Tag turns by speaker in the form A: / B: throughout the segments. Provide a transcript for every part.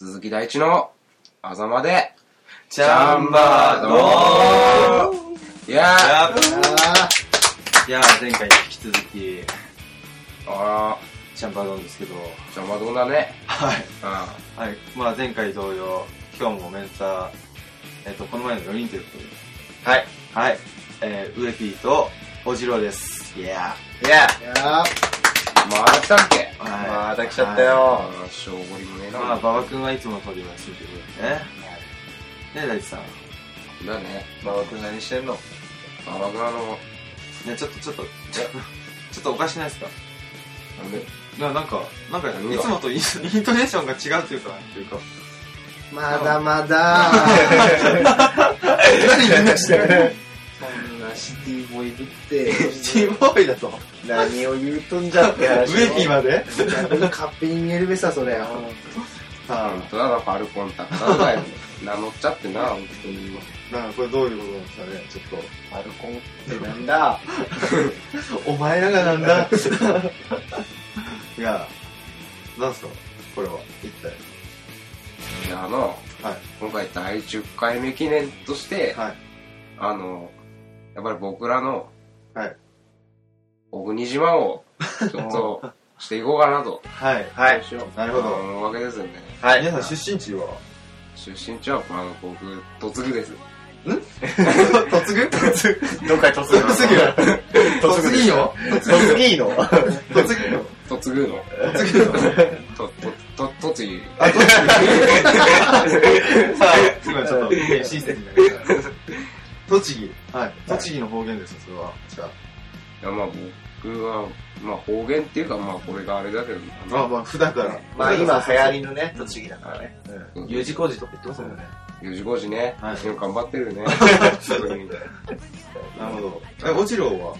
A: 鈴木大地のあざまで
B: チャンバードー
A: いや
B: い
A: ー
B: やいや前回に引き続き、
A: あ
B: チャンバードーンですけど、
A: ー邪魔どんだね
B: はい。
A: う
B: はい。まあ前回同様、今日もメンター、えっ、と、この前の4人ということで。
A: はい。
B: はい。えー、ウエピーと、おじろうです。い
A: ん
B: や
A: いや
C: いやー
A: また来たっけ
B: ー。はい
C: また来ちゃったよ
A: あーしょうごりもねえな
B: まあ、馬場君はいつもの通りお休みということでね。ね、大地さん。
A: だね
C: 馬場君何してんの
A: あわがの
B: ね、ちょっと、ちょっと、ちょっとちょっとおかしないですか
A: なんで
B: ななんか、なんか、い
A: うん
B: つもとインイントネーションが違うというか、という か。
C: まだまだ何言いましたよそんなシティボーイぶって
B: シティボーイだと。ウ
C: 何を言うとんじゃって話
B: エピーまで
C: 逆に勝手に見えるべさそれよ
B: さ
A: 本当だなファルコンタクトだよ名乗っちゃってな本当に
B: あ、なんかこれどういうことなんですかね、ちょっ
C: アルコンってなんだ
B: と。お前らがなんだ。 いや、なんすかこれは。一体。
A: であの
B: はい。
A: 今回第10回目記念として
B: はい。
A: あのやっぱり僕らの
B: はい。
A: 小国島をちょっ としていこうかなと
B: はい。
C: はどうしよう
B: なるほど。
A: 思うわけですよね
B: はい。皆さん出身 地は
A: 出身地はあの僕嫁ぐです
B: 突ぐ突ぐ
C: どっかに突
B: 突ぐよ。突ぐよ。
C: 突撃いいの
B: 突ぐよ。
A: 嫁ぐの
B: 突ぐよ。
A: ととととつぎ
B: あ、突ぐ。さあ、今ちょっと、親切になりました。栃木。はい。栃木の方言ですよ、それは。じゃ
A: いやまあ僕はまあ方言っていうかまあこれがあれだけどな
B: あ。まあまあ、普段から。
C: まあ今流行りのね栃木だからね
A: うん
C: U 字工事とか言ってますもんね
A: 4時5時ね、
B: はい
A: でも頑張ってる ね本当に
B: なるほど。え、おちろうは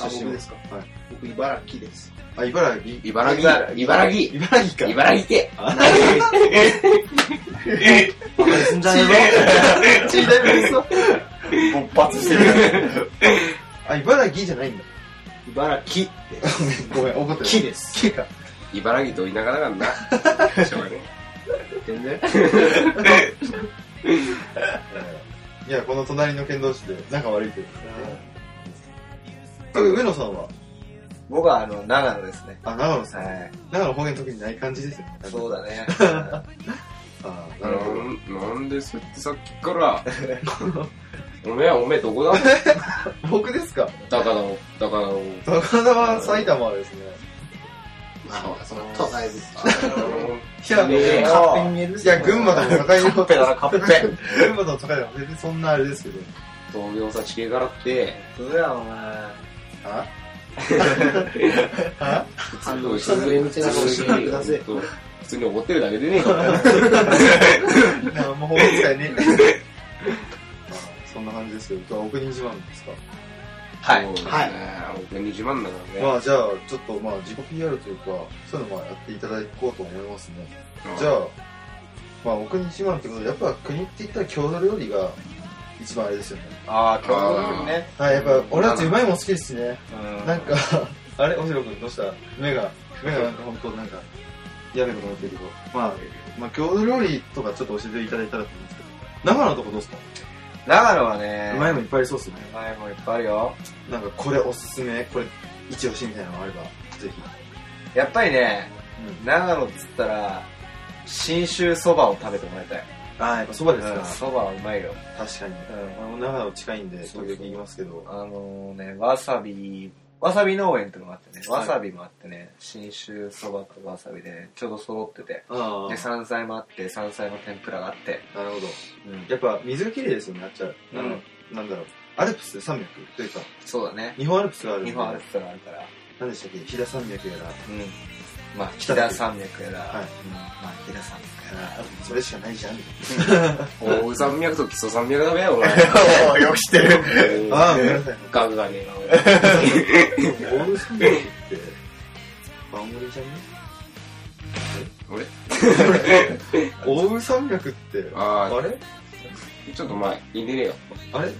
C: あ僕です
B: かはい。
C: 僕茨城です
B: あ、茨城。
A: 茨
C: 茨
A: 城
C: 城
A: 茨城
B: 茨城か。
A: 茨城家
C: バカにすんじゃねえぞ血だいぶですよ勃発してる
B: あ、茨城じゃないんだ。
C: 茨城
B: ごめん、怒って
C: 木です
B: 木か。
A: 茨城と田舎だからなしょうがね
B: 全然。いや、この隣の県同士で仲悪いけど。え上野さんは
C: 僕はあの長野ですね
B: あ、長野さん。
C: は
B: 長野方言特にない感じですよね。
C: いそうだ ね
B: あー
A: な
B: なるほど。
A: んなんでそさっきからおめえおめえどこだだか
B: 僕ですから
A: だから
B: 高田は埼玉ですね。
C: まあその都会です
B: いや、
A: ねえ
C: 勝手に見える
B: いや、群馬との境の。
C: カッペだなカッペ
B: 群馬との境は全然そんなあれですけど。
A: 東京さ地形からって
C: そうだよお前
B: あ
A: 普
C: あ
A: 通
C: の
A: に
C: 人連れみたいなことしないでください
A: 普通に怒ってるだけでね
B: 何も法律外ねえ。まあそんな感じですけど、今日はお国自慢ですか。
C: はい
A: そうね
C: は
A: お
C: い
A: 国自慢だからね
B: まあじゃあ、ちょっとまあ自己 PR というか、そういうのもやっていただこうと思いますね。じゃあ、まあお国自慢ってことで、やっぱ国って言ったら郷土料理が一番あれですよね。
C: ああ郷土料理ね
B: はい、やっぱ俺たちうまいもん好きですね。
C: うん
B: なんか、 あれおしろくんどうした目が、目がなんか本当なんか、やべえことになってるけど。まあ、まあ郷土料理とかちょっと教えていただいたらと思うんですけど、長野とかどうですか
C: 長野はね
B: うまいもんいっぱいありそうっすね。
C: うまいもんいっぱいあるよ
B: なんかこれおすすめ、これ一押しみたいなのがあれば、ぜひ。
C: やっぱりね
B: う
C: 長野っつったら信州そばを食べてもらいたい
B: ん。ああ、やっぱそばですか。
C: うんそばはうまいよ
B: 確かに。
C: うん
B: あの長野近いんで、時
C: そうそう
B: 々行きますけど。
C: あのね、わさび、わさび農園ってのがあってね、
B: はい
C: わさびもあってね、信州そばとわさびでね、ちょうど揃ってて、
B: ああ、
C: で、山菜もあって、山菜の天ぷらがあって、
B: なるほど。
C: うん、
B: やっぱ水が綺麗ですよね、あっちゃ。あの、なんだろう。アルプス山脈というか、
C: そうだね。
B: 日本アルプスがあるんで
C: 日本アルプスがあるから、
B: 何でしたっけ飛騨山脈やら。
C: うん。まあ、
B: 北
C: 飛
B: 岳
C: 騨山脈やら、
B: はい
C: うん、まあ、飛騨山脈やら、
B: それしかないじゃん。
A: 大宇山脈と基礎山脈だべお前
B: よく知ってる。ああ、ごめんなさい。
A: ガグがねえな俺
B: オールサンドって、青森じゃね
A: 俺
B: オール山脈って、
A: あ
B: あれ
A: あちょっとまあいいねえよ
B: あれ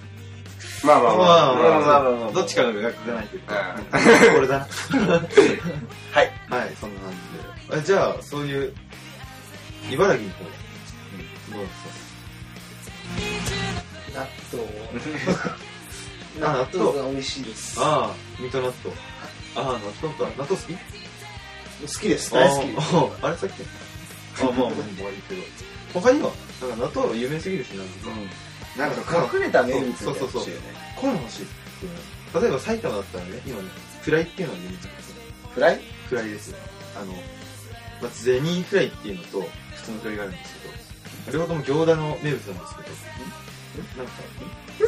A: まあまあまあ
B: まあまあ
C: まあまあ
B: どっちかの学がないけど
A: うん。
B: これだ。はい。はい、そんな感じで。えじゃあ、そういう、茨城に行こう。どう
D: 納豆。
B: あ
D: 納
B: 納豆
D: 豆が美味しいです。好
B: ああ、水戸納豆。ああ、納豆か。納豆好き
D: きです。大好きです。
B: 好き。あれさっきああ、まあ、もう、もういいけど。他には、なんか納豆は有名すぎるし、なんか。
D: なんか隠れた名物みたいなの欲し
B: そう
D: い
B: そうそう
D: よね
B: こういうの欲しいっていうの例えば埼玉だったらね、今ね、フライっていうのが有名なんですよ。
D: フライ
B: フライですよ。あの、まあ、ゼニーフライっていうのと、普通のフライがあるんですけど、両方とも餃子の名物なんですけど、なんか、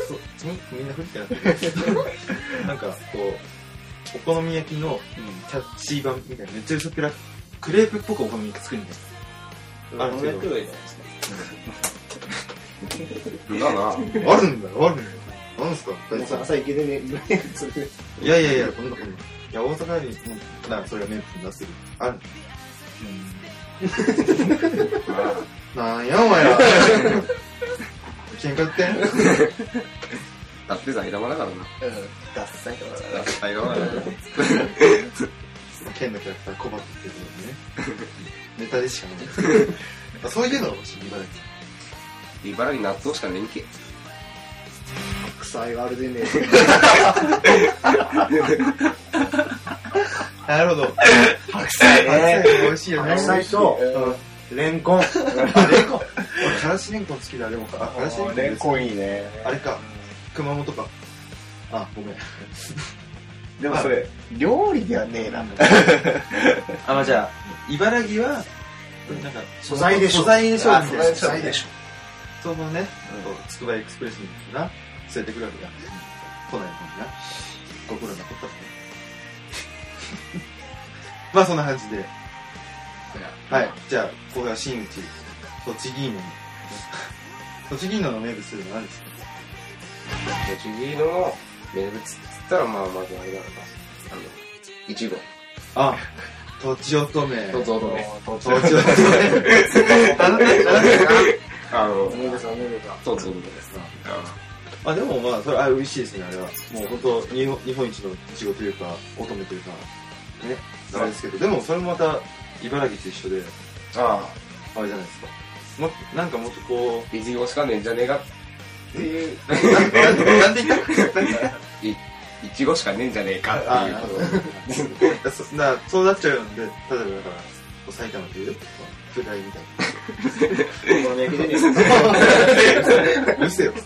B: そう、みみんなふってなってる なんか、こう、お好み焼きのキャッチー版みたいな、めっちゃ薄っぺらく、クレープっぽくお好み焼き作るんだよ。ある
D: こうやってはいいじゃないですか。
A: だな。
B: あるんだよ、あるんだよ。なんですか大
D: もう
B: 地さん
D: さ朝行けでね、今ね、それで。
B: いやいやいや、こんなこんな。いや、大阪よりも、なんかそれが名物になってる。ある。なんやお前ら。喧嘩売ってん
A: だってさ、枝まだからな。
D: うん。合算とかさ。
A: だって枝まだからな。
B: 剣のキャラクター困ってってるけどね。ネタでしかない。そういうのが欲しい、茨
A: 茨城納豆しかねえんけ。
D: 臭いワールドでね。
B: 城。なるほど。
D: 白菜
B: 白菜美味しいよね。
D: 白菜と、レンコン。
B: あ、レンコン。俺、からしレンコン好きだ、でも。あ、からしレンコン
D: レン
B: です。
D: コンいいね。
B: あれか。熊本か。あ、ごめん。
D: でもそれ、料理ではねえ な。
B: あ、まあじゃあ、茨城は、なんか、
D: 素材でしょ
B: 素材でしょ、みたいな。
D: 素材でしょ。
B: そのね、つくばエクスプレスにな、連れてくるわけだ。来ないもんな。心 残ったもんね。まあそんな感じで。はい。じゃあ、ここが新内、栃木犬。 栃木犬の名物というのは何ですか
A: 栃木色の名物っつったら、まあ、まずあれだろうな。あの、いちご。
B: あ、とちおとめ。と
A: と
B: ち
A: ぞどめ。
B: おとめ。 あなんだなん だ
A: あの、
D: 梅田さん、梅田さん。
A: とぞどめですな。
B: あ、でもまあ、それ、あ、美味しいですね、あれは。もう本当日本、日本一のいちごというか、乙女というか、ね、あれですけど、でもそれもまた、茨城と一緒で、
A: ああ、
B: あれじゃないですか。もなんかもっとこ
A: いちごしかねえんじゃねえかっていう、
B: う、なんなんで言ったなんか
A: いちごしかねえんじゃねえか
B: あ
A: っ
B: なるほ
A: ていう。
B: だそなそうなっちゃうんで、例えばだから、こう埼玉でいう、巨大みたい
D: お好み焼きでね。
B: な。うるせえよ。
A: だか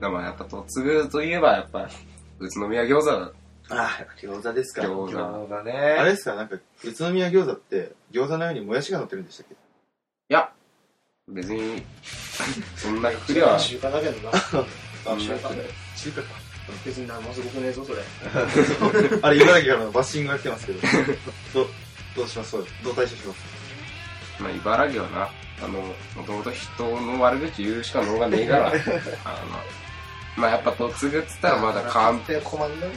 A: らまあやっぱ、とつぐといえば、やっぱ、宇都宮餃子だ。
B: ああ、餃子ですか。
A: 餃子。
D: そうだ
B: あれ
D: ね。
B: ですか、なんか、宇都宮餃子って、餃子のようにもやしが乗ってるんでしたっけ
A: いや、別に、そんなくくりは、
D: 中華だけどな。
A: そんな
D: 中華
B: 中華か。
D: 別に何もすごくねえぞ、それ。
B: あれ、茨城からのバッシングが来てますけど。ど、どうしますそうどう対処します
A: まあ、茨城はな、あの、もともと人の悪口言うしか能がねえ から、あの、まあやっぱ、とつぐっつったらまだ かん、
D: 定困んない。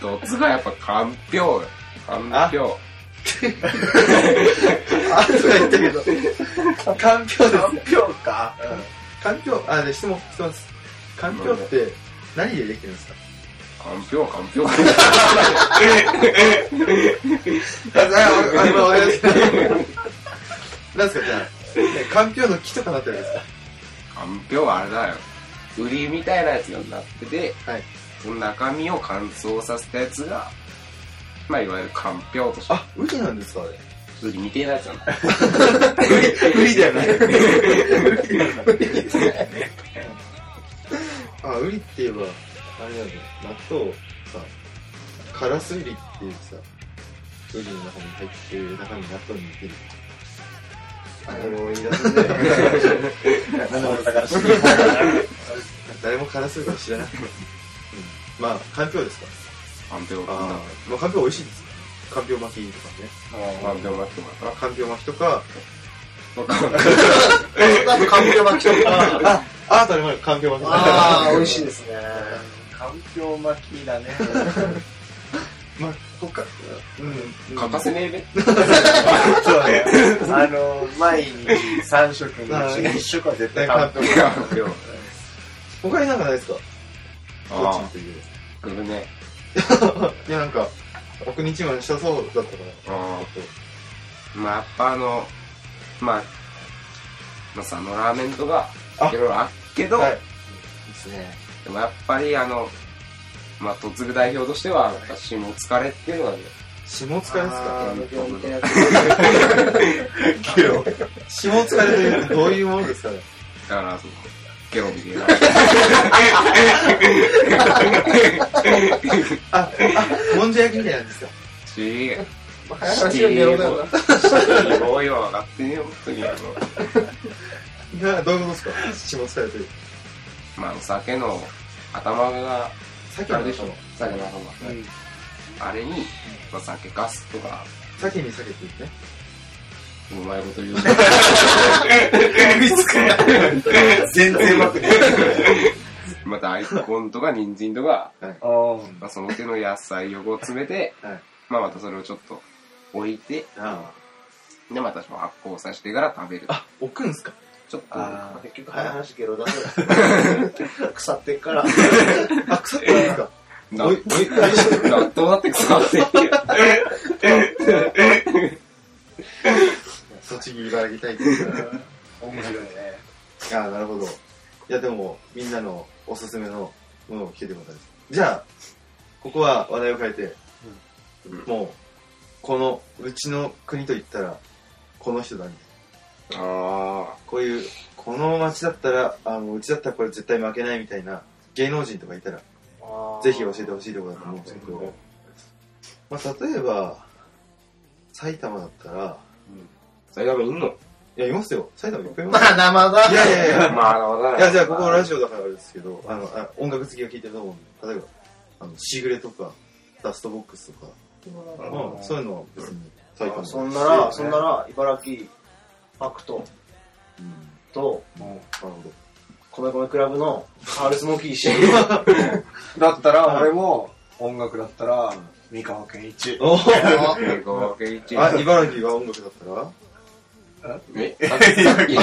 A: とつぐはやっぱ、かんぴょうよ。かんぴょ
B: あ、とか言ったけど。かんぴょうです。
D: 評か。
B: かんぴょう、あ、で、質問、質問です。かんぴょうって、何でできてるんですか
A: う。かんぴょう、かんぴょう。
B: あ、あ、あ、今わかり ました。なんですか、じゃあ。ねかんぴょうの木とかなってるんですか
A: かんぴょうはあれだよ。売りみたいなやつになってて、
B: はい
A: その中身を乾燥させたやつが、まあいわゆるかんぴょうとして、
B: あ、ウリなんですかあれ。
A: 売りみたいなやつなんだ。
B: ウリだよね。あ、ウリって言えば、あれだよね。納豆さ、カラスウリっていうさ、ウリの中に入ってる中に納豆に似てる。
D: あれも言い出すね。何で俺だから知らない
B: 誰もカラスウリは知らなくて。うんまあ、かんぴょうですか
A: かんぴょう
B: あ
A: か
B: あ、まあ、かんぴょう美味しいですよね。かんぴょう巻きとかね。
A: んぴょう待ってもらっ
B: かんぴょう巻きとか、
A: たら。
D: あと、かんぴょう巻きとか。
B: あ、あ、当たり前、かんぴょう巻き。
D: ああ、美味しいですね。かんぴょう巻きだね。
B: まあ、
D: そっか。うん。
A: 欠かせねえべ。
D: そうだね。あの、毎日3食のうち1食は絶対かんぴょう巻き。
A: かんぴょう。
B: 他になんかないですかどっち
A: あ
B: という。
A: あ、来るね。
B: いや、なんか、奥日満したそうだったから。
A: あまあ、やっぱあの、まあ、まあさ、あのラーメンとか、
B: あ
A: いろいろあっけど、
B: はい
D: ですね。
A: でもやっぱりあの、まあ、嫁ぐ代表としては、私も疲れっていうのがね、
B: 下疲れですか
D: あー僕も見てなかっ
B: ゲロ。下疲れというとどういうものですかね
A: だから、その、ゲロビゲロ。
B: あ、あ、もんじゃ焼きみたいなんですか
A: し、
D: たまあ話はゲロだよな。
A: すごいわ、上がってねえよ、本当に。あの
B: いや、どういうことですか下疲れという。
A: まあ、あの酒の頭が、
B: 鮭
A: あ
B: の
A: れでしょ
B: 頭。、
A: 酒の頭。
D: うん
A: あれに、まあ、酒かすとか、
B: 鮭に鮭って言っ
A: うまい こと言うし、
D: 全然うまくない。
A: また大根とか人参とか、
D: あー
A: まあ、その手の野菜をこう詰めて、
B: はい
A: まあ、またそれをちょっと置いて、
B: てね。あ
A: で、また発酵させてから食べる
B: あ。。あ、置くんすか
A: ちょっと、
D: あー、結局話ゲロだね。腐ってっから。
B: あ、腐ってるんですか
A: な
B: おい、おい、大丈
A: などうなってくさって。
B: 夫栃木茨城大会から。
D: 面白いね。
B: ああ、なるほど。いや、でも、みんなのおすすめのものを聞けてよかったです。じゃあ、ここは話題を変えて、
A: うん
B: もう、この、うちの国といったら、この人だね。
A: あ
B: こういう、この町だったら、あもううちだったらこれ絶対負けないみたいな、芸能人とかいたら、ぜひ教えてほしいところだと思うんですけど、まあ、例えば、埼玉だったら、
A: それがいんの
B: いや、いますよ。埼玉いっぱいいます
D: まあ、生だ。
B: いやいやいや、
A: まあ、なるほど
B: いや、じゃあ、ここラジオだからあれですけど、あの、あ音楽好きが聴いてると思うんで、例えば、あの、シグレとか、ダストボックスとか、まあそういうのは別に、埼
D: あ
B: 玉
D: ーそんなら、そんな
B: ら、
D: ら、茨城、アクト
B: うん、な
D: と、
B: るほど。
D: 米米クラブのカールスモーキーし、
C: だったら、俺も、音楽だったら、三河健一。
B: おー
A: 合計一。
B: あ、茨城は音楽だったら
A: えさっきさっき
D: ダメ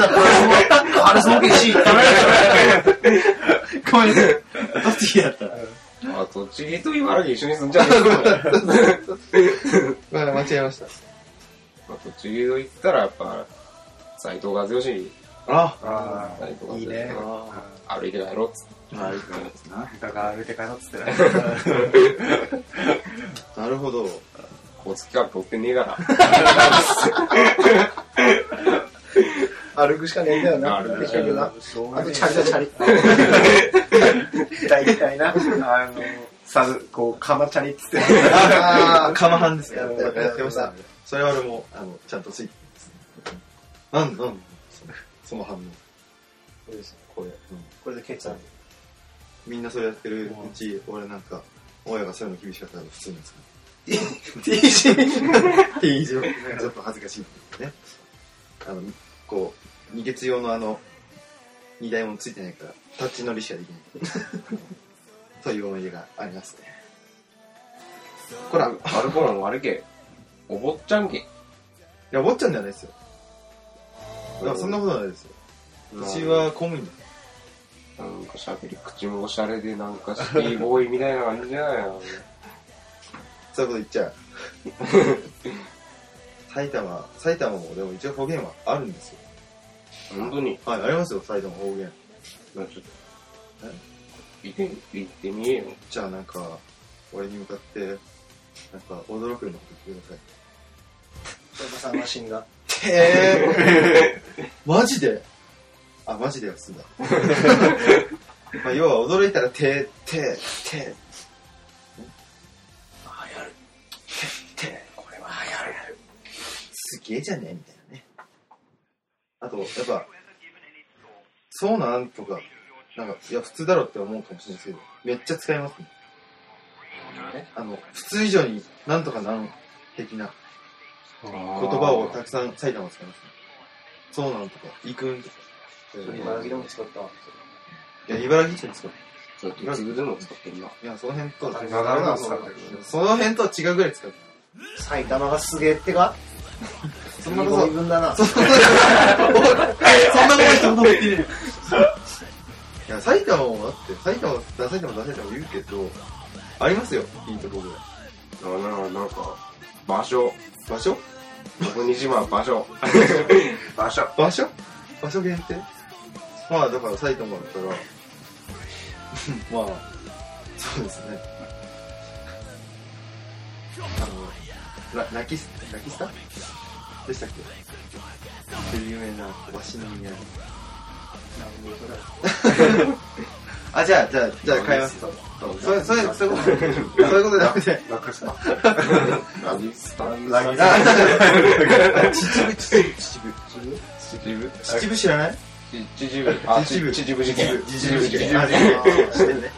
D: だ、カールスモーキーし、ダメだ、
B: ごめんなさい。栃木だったら。
A: あ、栃木と茨城一緒に住んじゃねえか。
B: まあ、間違えました。
A: まあ栃木と言ったら、やっぱ、斎藤和義、斎
B: あ
C: あ
A: 藤
C: あ、
A: 和
C: いい
A: 義
C: ね。
B: あ
A: 歩いて帰ろうっつって。
C: 歩いて帰ろうっつってな。だから歩いて帰ろうっつってな。
B: ーなるほど。
A: 交通機関取ってねえか
D: 歩くしかねえんだよな。
A: 歩く
D: 結
A: しかねえ
D: 局な。あと、チャリだ、チャリ。
C: 大体な、あの、さ、こう、かまチャリっつって。
B: ああ、カマハンですか
D: や
B: や
D: っ
B: って
D: た
B: てました。それは俺も、あの、ちゃんとついてますなんなんそのその反応。
D: これです
B: これ。うん
D: これでケツある。
B: みんなそれやってるうち、俺なんか、親がそういうの厳しかったら普通なん ですか ?T 字 ?T 字を、ちょっと恥ずかしいってね。あの、こう、二月用のあの、二台もついてないから、立ち乗りしかできない。 という思い出がありますね。こら、い
A: 歩こうのも悪け。お坊ちゃんけ。
B: や、坊ちゃんじゃないですよ。いや、そんなことないですよ。私は公務員だ。
A: なんか喋り口もおしゃれで、なんかシティボーイみたいな感じじゃないの。
B: そういうこと言っちゃう。 埼玉、埼玉もでも一応方言はあるんですよ。
A: 本当に。
B: はい、ありますよ、埼玉方言。
A: なんかちょっと行って、行ってみえよ。
B: じゃあなんか、俺に向かって、なんか、驚くようなこと言ってください。
D: おばさんは死んだ。
B: へえー、マジであ、マジでは済んだ。まあ、要は驚いたら、 て、て、て、
D: あ、やる。て、これはやる。
B: すげえじゃねみたいなね。あと、やっぱ、そうなんとか、なんか、いや、普通だろって思うかもしれないですけど、めっちゃ使いますね。あの、普通以上になんとかなん的な。
A: 言
B: 言葉をたくさん埼玉使いますね。そうなんとか、行くんとか。
D: 茨城でも使った。
B: いや、茨城県ですか
A: そう、鉄具でも使ってるな。
B: いや、その辺とは
D: あ
B: 全
D: な
B: 然、
D: るほど
B: その辺とは違うぐらい使う。
D: 埼玉がすげえってか
B: そんなこと
D: 身分だな。
B: そんなこと、そんなこと人の言 ってる。いや、埼玉もだって、埼玉、だ埼玉、だ埼玉言うけど、ありますよ、いいとこぐらい。
A: あ、なんか、場所。
B: 場所
A: 小西島場 所。
D: 場所。
B: 場所場所限定まあだから埼玉だったら まあそうですねあのララキスラキスタでしたっけっていう有名な鷲宮あじゃあじゃあじゃあ変えますとそれそ れそういうことそういうことじゃなく て
D: 楽した。
A: ラギスタン。
D: ラギス
A: タン。
B: 秩父秩父
A: 秩父
B: 秩父 知らない
A: 秩父。あ、
B: 秩
A: 秩父。
B: 父
A: 秩父事件。
B: 秩父事件
A: 秩
B: あ
A: 父事件。
B: してね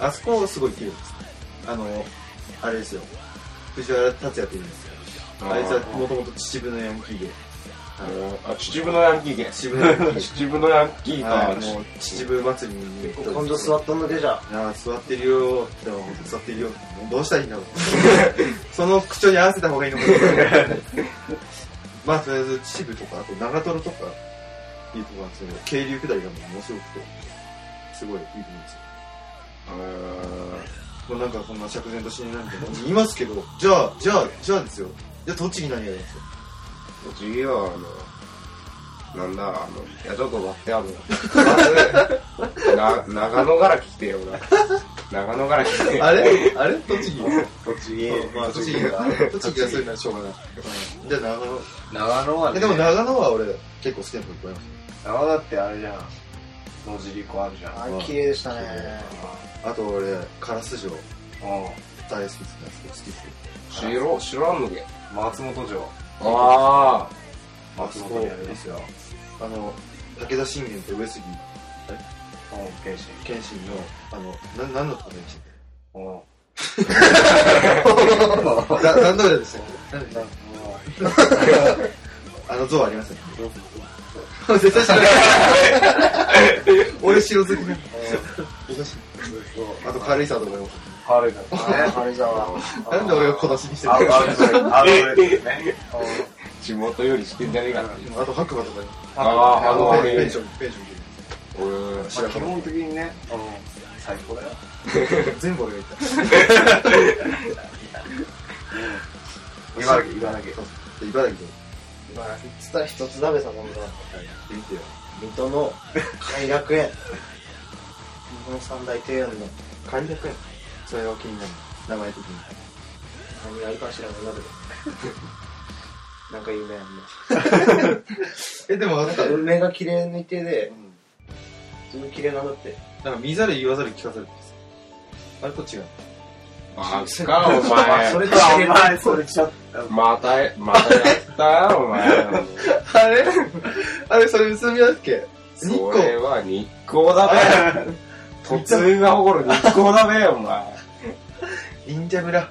B: あそこすごい綺麗ですあのあれですよ藤原竜也って言うんですよあいつはもともと秩父のヤンキーで
A: ああ秩父のヤンキー
B: 秩父のヤンキー
A: ゲ 秩父のヤンキー
B: は
A: か。
B: いもう秩父祭りに行ったん
D: 今
B: で
D: 度
B: すよ
D: 座ったんだけじゃ。
B: あー座ってるよでも本当に座ってるよもうどうしたらいいんだろう その口調に合わせた方がいいのかなまあとりあえず秩父とかあと長瀞とかいうとこはその渓流下りがもう面白くてすごいいいと思うんですよもうなんかそんな釈然としになんて言いますけど、じゃあ、じゃあ、じゃあですよ。じゃあ、栃木何やりますよ。
A: 次は、あの、なんだ、あの、いや、ちょっと待って、あの、まず、な、長野から来てよ、俺長野から来て。
B: あれあれ栃木
D: 栃
B: まあ、栃木が、栃木がそういうのはしょうがない。じゃあ、長野。
D: 長野は
B: え
D: ね、
B: でも長野は俺、結構好きなとこいっぱいあり
D: 長野だってあれじゃん。野尻湖あるじゃん。
B: あれ綺
D: 麗でした
B: ねます。あと俺、唐須城
D: う
B: 大好きですね。好きです。
A: 知ろ、知らんのけ。
D: ん。松本城。
A: あ
D: 松本にありますよ。
B: あの、武田信玄と上杉
D: うん、謙信。
B: 謙信の、あの、な何のとこでしたっ
D: うん。
B: け な何のとこでしたっけあの像ありません。絶対知らない。 俺城好きなの。あと軽井沢とかでも。
D: 軽井沢ね。
C: 軽井沢。
B: なんで俺が小出しにしてる
D: あ
B: の
D: るあるあるあるですね。
A: あ、地元より知ってんじゃねえかな。
B: あと白馬とかに。
A: あー
B: あの、
A: あ
B: ペ
A: れ
B: ンション、ペンション
A: 俺、
D: まあ基本的にね、あの最高だよ。
B: 全部俺が行った。
D: 茨城、茨城。
B: で茨城で。
C: まあ、つったら一つ鍋さんもんだ。
B: 見てよ。
C: 水戸の偕楽園。日本三大庭園の
B: 簡略やん。それは気になる。名前的に。
C: 何があるか知らないなけど。なんか夢あんね。
B: え、でもあ
C: なん
B: っ
C: か
B: た。
C: 運命が綺麗にてで、
B: な
C: すごい綺麗なんだって。
B: んか見ざる言わざる聞かざるってさあれと違う。
A: バカ、お
C: あ、
A: 前。
C: それと知れない。
D: 前、それちょっ
A: また、またやったやろ、お前。
B: あれあれ、それ盗みだっけ
A: そ
B: 日光。
A: れは日光だべ。突然が誇る日光だべ、お前。
B: 忍者村。あ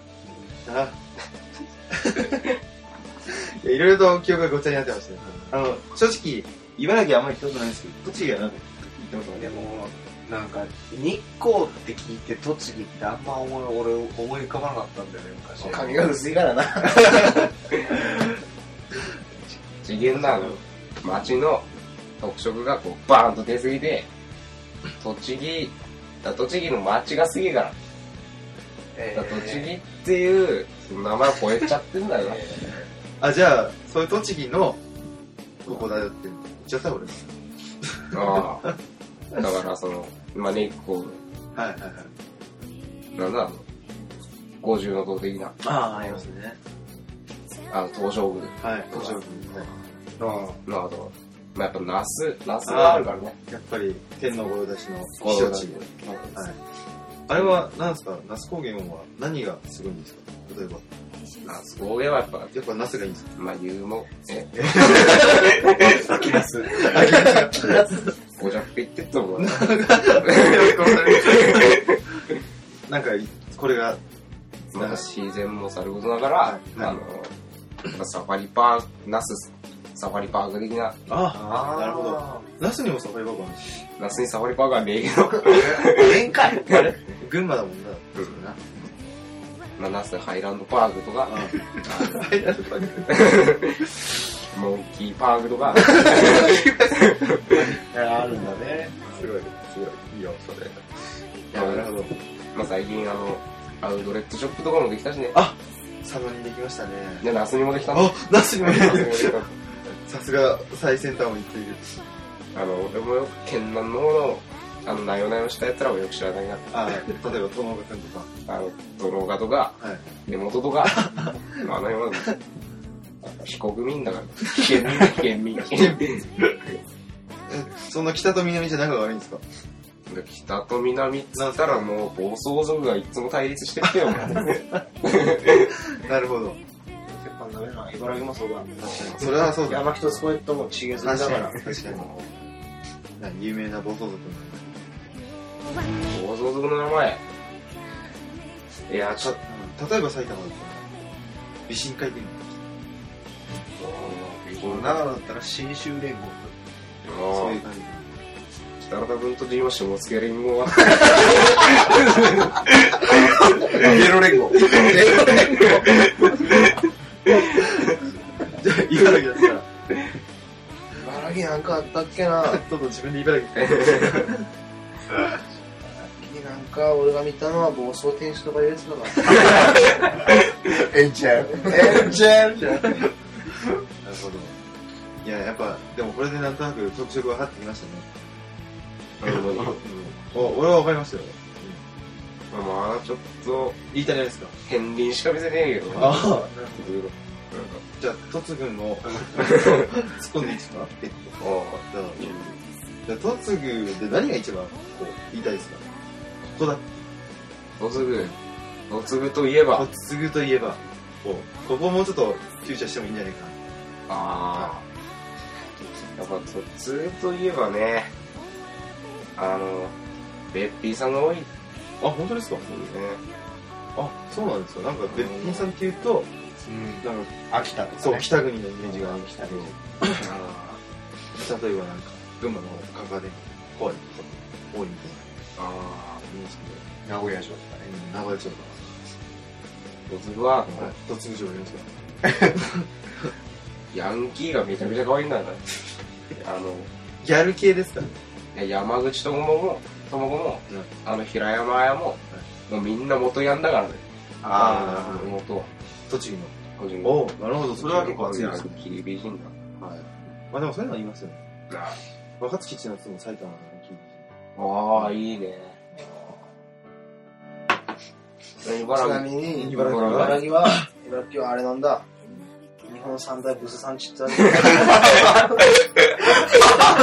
B: いやいろいろと記憶がごっちゃになってましたね。あの、正直、茨城はあんまり行ったことないんですけど、栃木はなんか行ってますもん
D: で
B: ね。
D: も、なんか、日光って聞いて栃木ってあんま思い、俺思い浮かばなかったんだよね、昔。
C: 髪が薄いからな。
A: 次元なの町の特色がこうバーンと出過ぎて栃木だ栃木の町が過ぎから
D: え
A: だ栃木っていうその名前を超えちゃってんだよな、
B: あ、じゃあ、そういう栃木の、ここだよって言っちゃった俺。
A: ああだからその今ねこ
B: はいはいはい。
A: うなんだあの五重の塔的な
B: ああ、ありますね。
A: あの東照宮
B: はい、
A: 東照
B: はい
A: なあと、まあ、やっぱ那須那須があるからね
B: やっぱり、天のご出しの
A: こ
B: 避
A: う
B: 暑地。
A: うん
B: はい。あれは、なんですか那須高原は何がすごいんですか例えば。
A: 那須高原はやっぱ
B: やっぱ那須がいいんですか
A: まあ言うもえ
D: 先 出す。
A: 五弱って言ってっと思うな
B: なんか、これが、
A: まあ、自然もさることながら、あの、まあサファリパーク、ナス、サファリパーク的な、
B: あ
D: あー
B: なるほど。那須にもサファリパークあるんです
A: ナスにサファリパークはねえけど、
D: 限界
B: 群馬だもんな。
A: うん まあ、ナスハイランドパークとか、モンキーパークとか、
D: あるんだね。
B: すごい、すごい。いいよ、それ。いや、なるほど。
A: まあ、最近あの、アウトレットショップとかもできたしね、
B: あサバにできましたね。
A: で、ナスにもできたの
B: あ、ナスにも
A: ナスに
B: でき
A: も
B: る
A: できた
B: さすが、最先端を行っている。
A: あの、俺もよく、県南の方の、あの、なよなよしたやつらをよく知らないな。
B: あ例えば、友岡くんとか。
A: あの、泥画とか、
B: はい。
A: 根元と か、まあ、あのような、非国民だから、危険民、危険民、危険民。
B: そんな北と南じゃ仲が悪いんですか
A: 北と南っつったらもう暴走族がいつも対立して きてよ。
B: なるほど。
D: 鉄板ダメな。茨城もそうだ。
B: それはそうだ。
D: 山一つ越えても地下
B: 確
D: だか
B: からに、。確かに。な有名な暴走族の。
A: 暴走族の名前。いや、ちょっと、
B: 例えば埼玉だったら、美神会見
D: 長野だったら新州連合。
B: そ
A: も
B: ういう
A: う、
B: 感じ。
A: 北原君と今、下野連合は、
D: ゲロ連合。
B: じゃあ、茨城だったら、
D: 茨城なんかあったっけ な。
B: ちょっと自分で茨城
D: なんか俺が見たのは暴走天使とかいうやつだから。
C: エンジェル。
D: えじゃ
B: な
D: ん
B: るほど。いや、やっぱ、でもこれでなんとなく特色分かってきましたね。お、俺は分かりましたよ。
A: まあ、ちょっと、
B: 言いたいじゃないですか。
A: 片鱗しか見せねえけどな。
B: あ
A: うん
B: あ。じゃあ、とつぐんの、突っ込んでいいですかえっと、
A: おう
B: じゃあ、じゃあ、とつぐで何が一番、こう、言いたいですかここだ。
A: おつぐ、おつぐといえば
B: と、つぐといえば、こう、ここもうちょっと、フューチャーしてもいいんじゃないかな。
A: ああ、やっぱ、とつぐといえばね、あの、べっぴーさんが多いね。
B: あ、本当ですかあ、そうなんですか。なんか、べっぴんさんっていうと、なんか、
D: 秋田とか、ね。
B: そう、北国のイメージがあるんです
D: 秋田
B: け
D: で
B: ど、例えばなんか、群馬の加賀で、怖いこと多いみたいな。
A: あ
B: いいんですけど、
D: 名古屋城とかね。
B: 名古屋城か
A: あ、おつぐは、
B: な。どっちの城ありますか
A: ヤンキーがめちゃめちゃ可愛いんだよね。あの、
B: ギャル系ですか
A: いや山口智子も、智子も、
B: うん
A: あの平山綾も、もうみんな元ヤンだからね。
B: あーなるほ
A: 元
B: ど
A: は。
B: 栃木の。
A: 個人
B: おなるほど。それは結構熱いで
A: ですす。キリ美人
B: はい。まあでもそういうのありますよね。
A: だ。
B: 若槻千夏も埼玉の人気。
A: ああ、いいね。
D: ち
A: 茨
D: な
A: 城
D: みに、
A: 茨
D: 茨
A: 城
D: 城
A: は
D: は、茨城はあれなんだ。日本三大ブス産地ってある
B: そ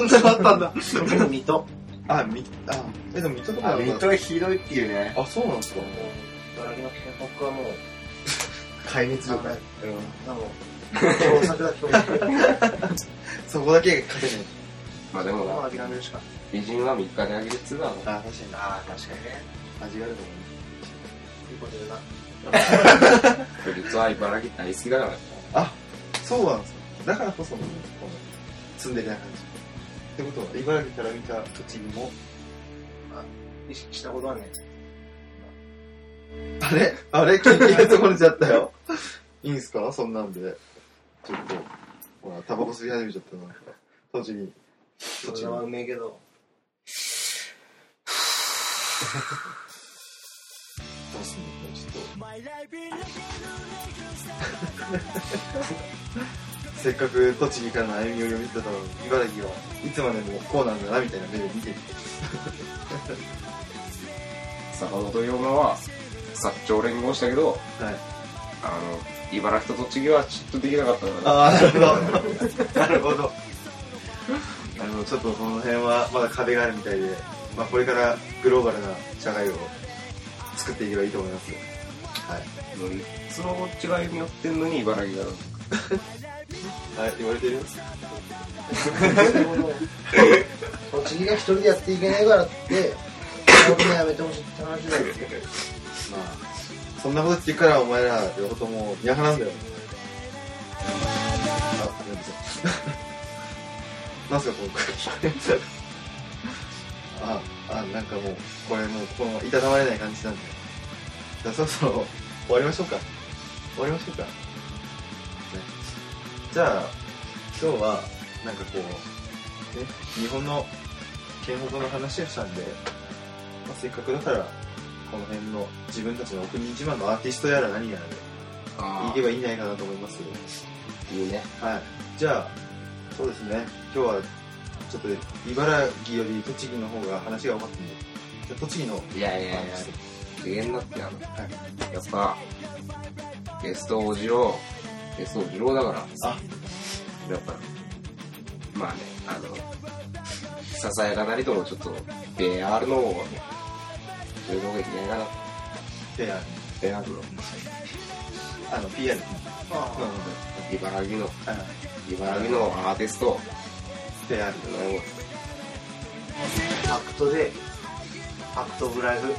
B: んなのあったんだ。
D: 水戸。
B: あ、み、あ、え、でも水戸とか
C: あ、
B: だ
C: 水戸はひどいっていうね。
B: あ、そうなんですか。
D: 茨城の県北はもう、
C: 壊滅
D: なん
C: 力
D: か
C: が。
D: なんかもう、共作だ、共作。
B: そこだけが勝てない。
A: まあでも
D: も
A: な
D: う、諦めるしかない。
A: 美人は3日であげるっつうだな。
B: あ、確かに。
D: ああ、確かにね。
B: 味があると思います。
D: ということでな。
A: 実は茨城大好きだから。
B: そうなんですか。だからこその、この、住んでない感じ。ってことは、茨城から見た栃木も、
D: 意識したことはね。
B: あれあれ聞いてるところちゃったよ。いいんすかそんなんで。ちょっと、ほら、タバコ吸い始めちゃったな。栃木。
D: それはうめえけど。
B: どうすんのちょっと。せっかく栃木からの歩み寄りを見てたのに、茨城はいつまでもこうなんだなみたいな目で見てる。
A: 坂本龍馬は、薩長連合したけど、
B: はい。
A: あの、茨城と栃木は嫉妬できなかったから。
B: ああ、なるほど。なるほど。あの、ちょっとその辺はまだ壁があるみたいで、まあこれからグローバルな社会を作っていけばいいと思いますよ。はい。
A: もういつのこっちが歩み寄ってんのに茨城だろ。
B: はい、言われてるよ。
D: 栃木が一人でやっていけねえからって、本当にやめてほしいって話だよ。
B: まあ、そんなこと聞くからお前ら両方とも嫌派なんだよ。あ、ごめんなさい。なんすか、この空気。あ、あ、なんかもう、これもう、この、いたたまれない感じなんで。じゃあそろそろ終わりましょうか。終わりましょうか。ね、じゃあ、今日は、なんかこう、ね、日本の県北の話をしたんで、まあ、せっかくだから、この辺の自分たちのお国自慢のアーティストやら何やらで
A: あ
B: 行けばいいんじゃないかなと思います
A: あ、いいね。
B: はいじゃあそうですね今日はちょっと茨城より栃木の方が話が終わったんでじゃあ栃木の
A: いやいやいや
B: 話。
A: 無限だってあの、やっぱ、ゲストおじろう、ゲストおじろうだから、
B: あ
A: やっぱ、まあね、あの、ささやかなりともちょっと、AR の方を、そういうのがいけないかな、
B: ペア
A: AR の、
B: あの PR
D: あ
B: うんうんうん
A: 茨城の、
B: はいはい
A: 茨城のアーティスト、
B: ペ
A: あ
B: ア
A: の
D: アクトで、アクトブライフ。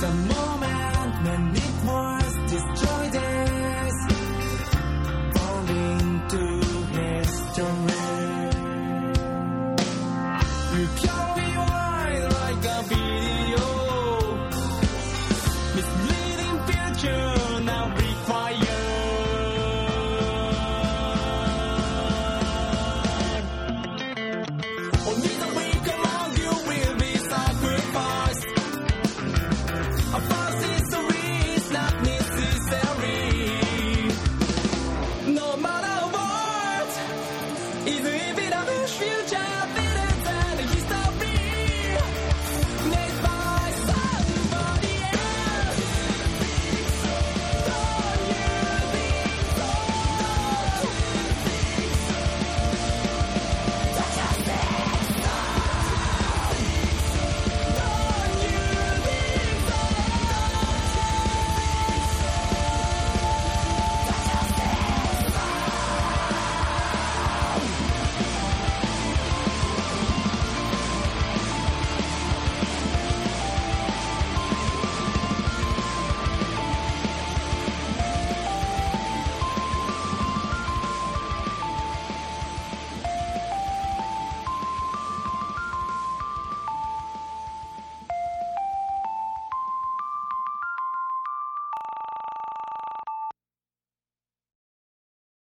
E: The moment when it was destroyed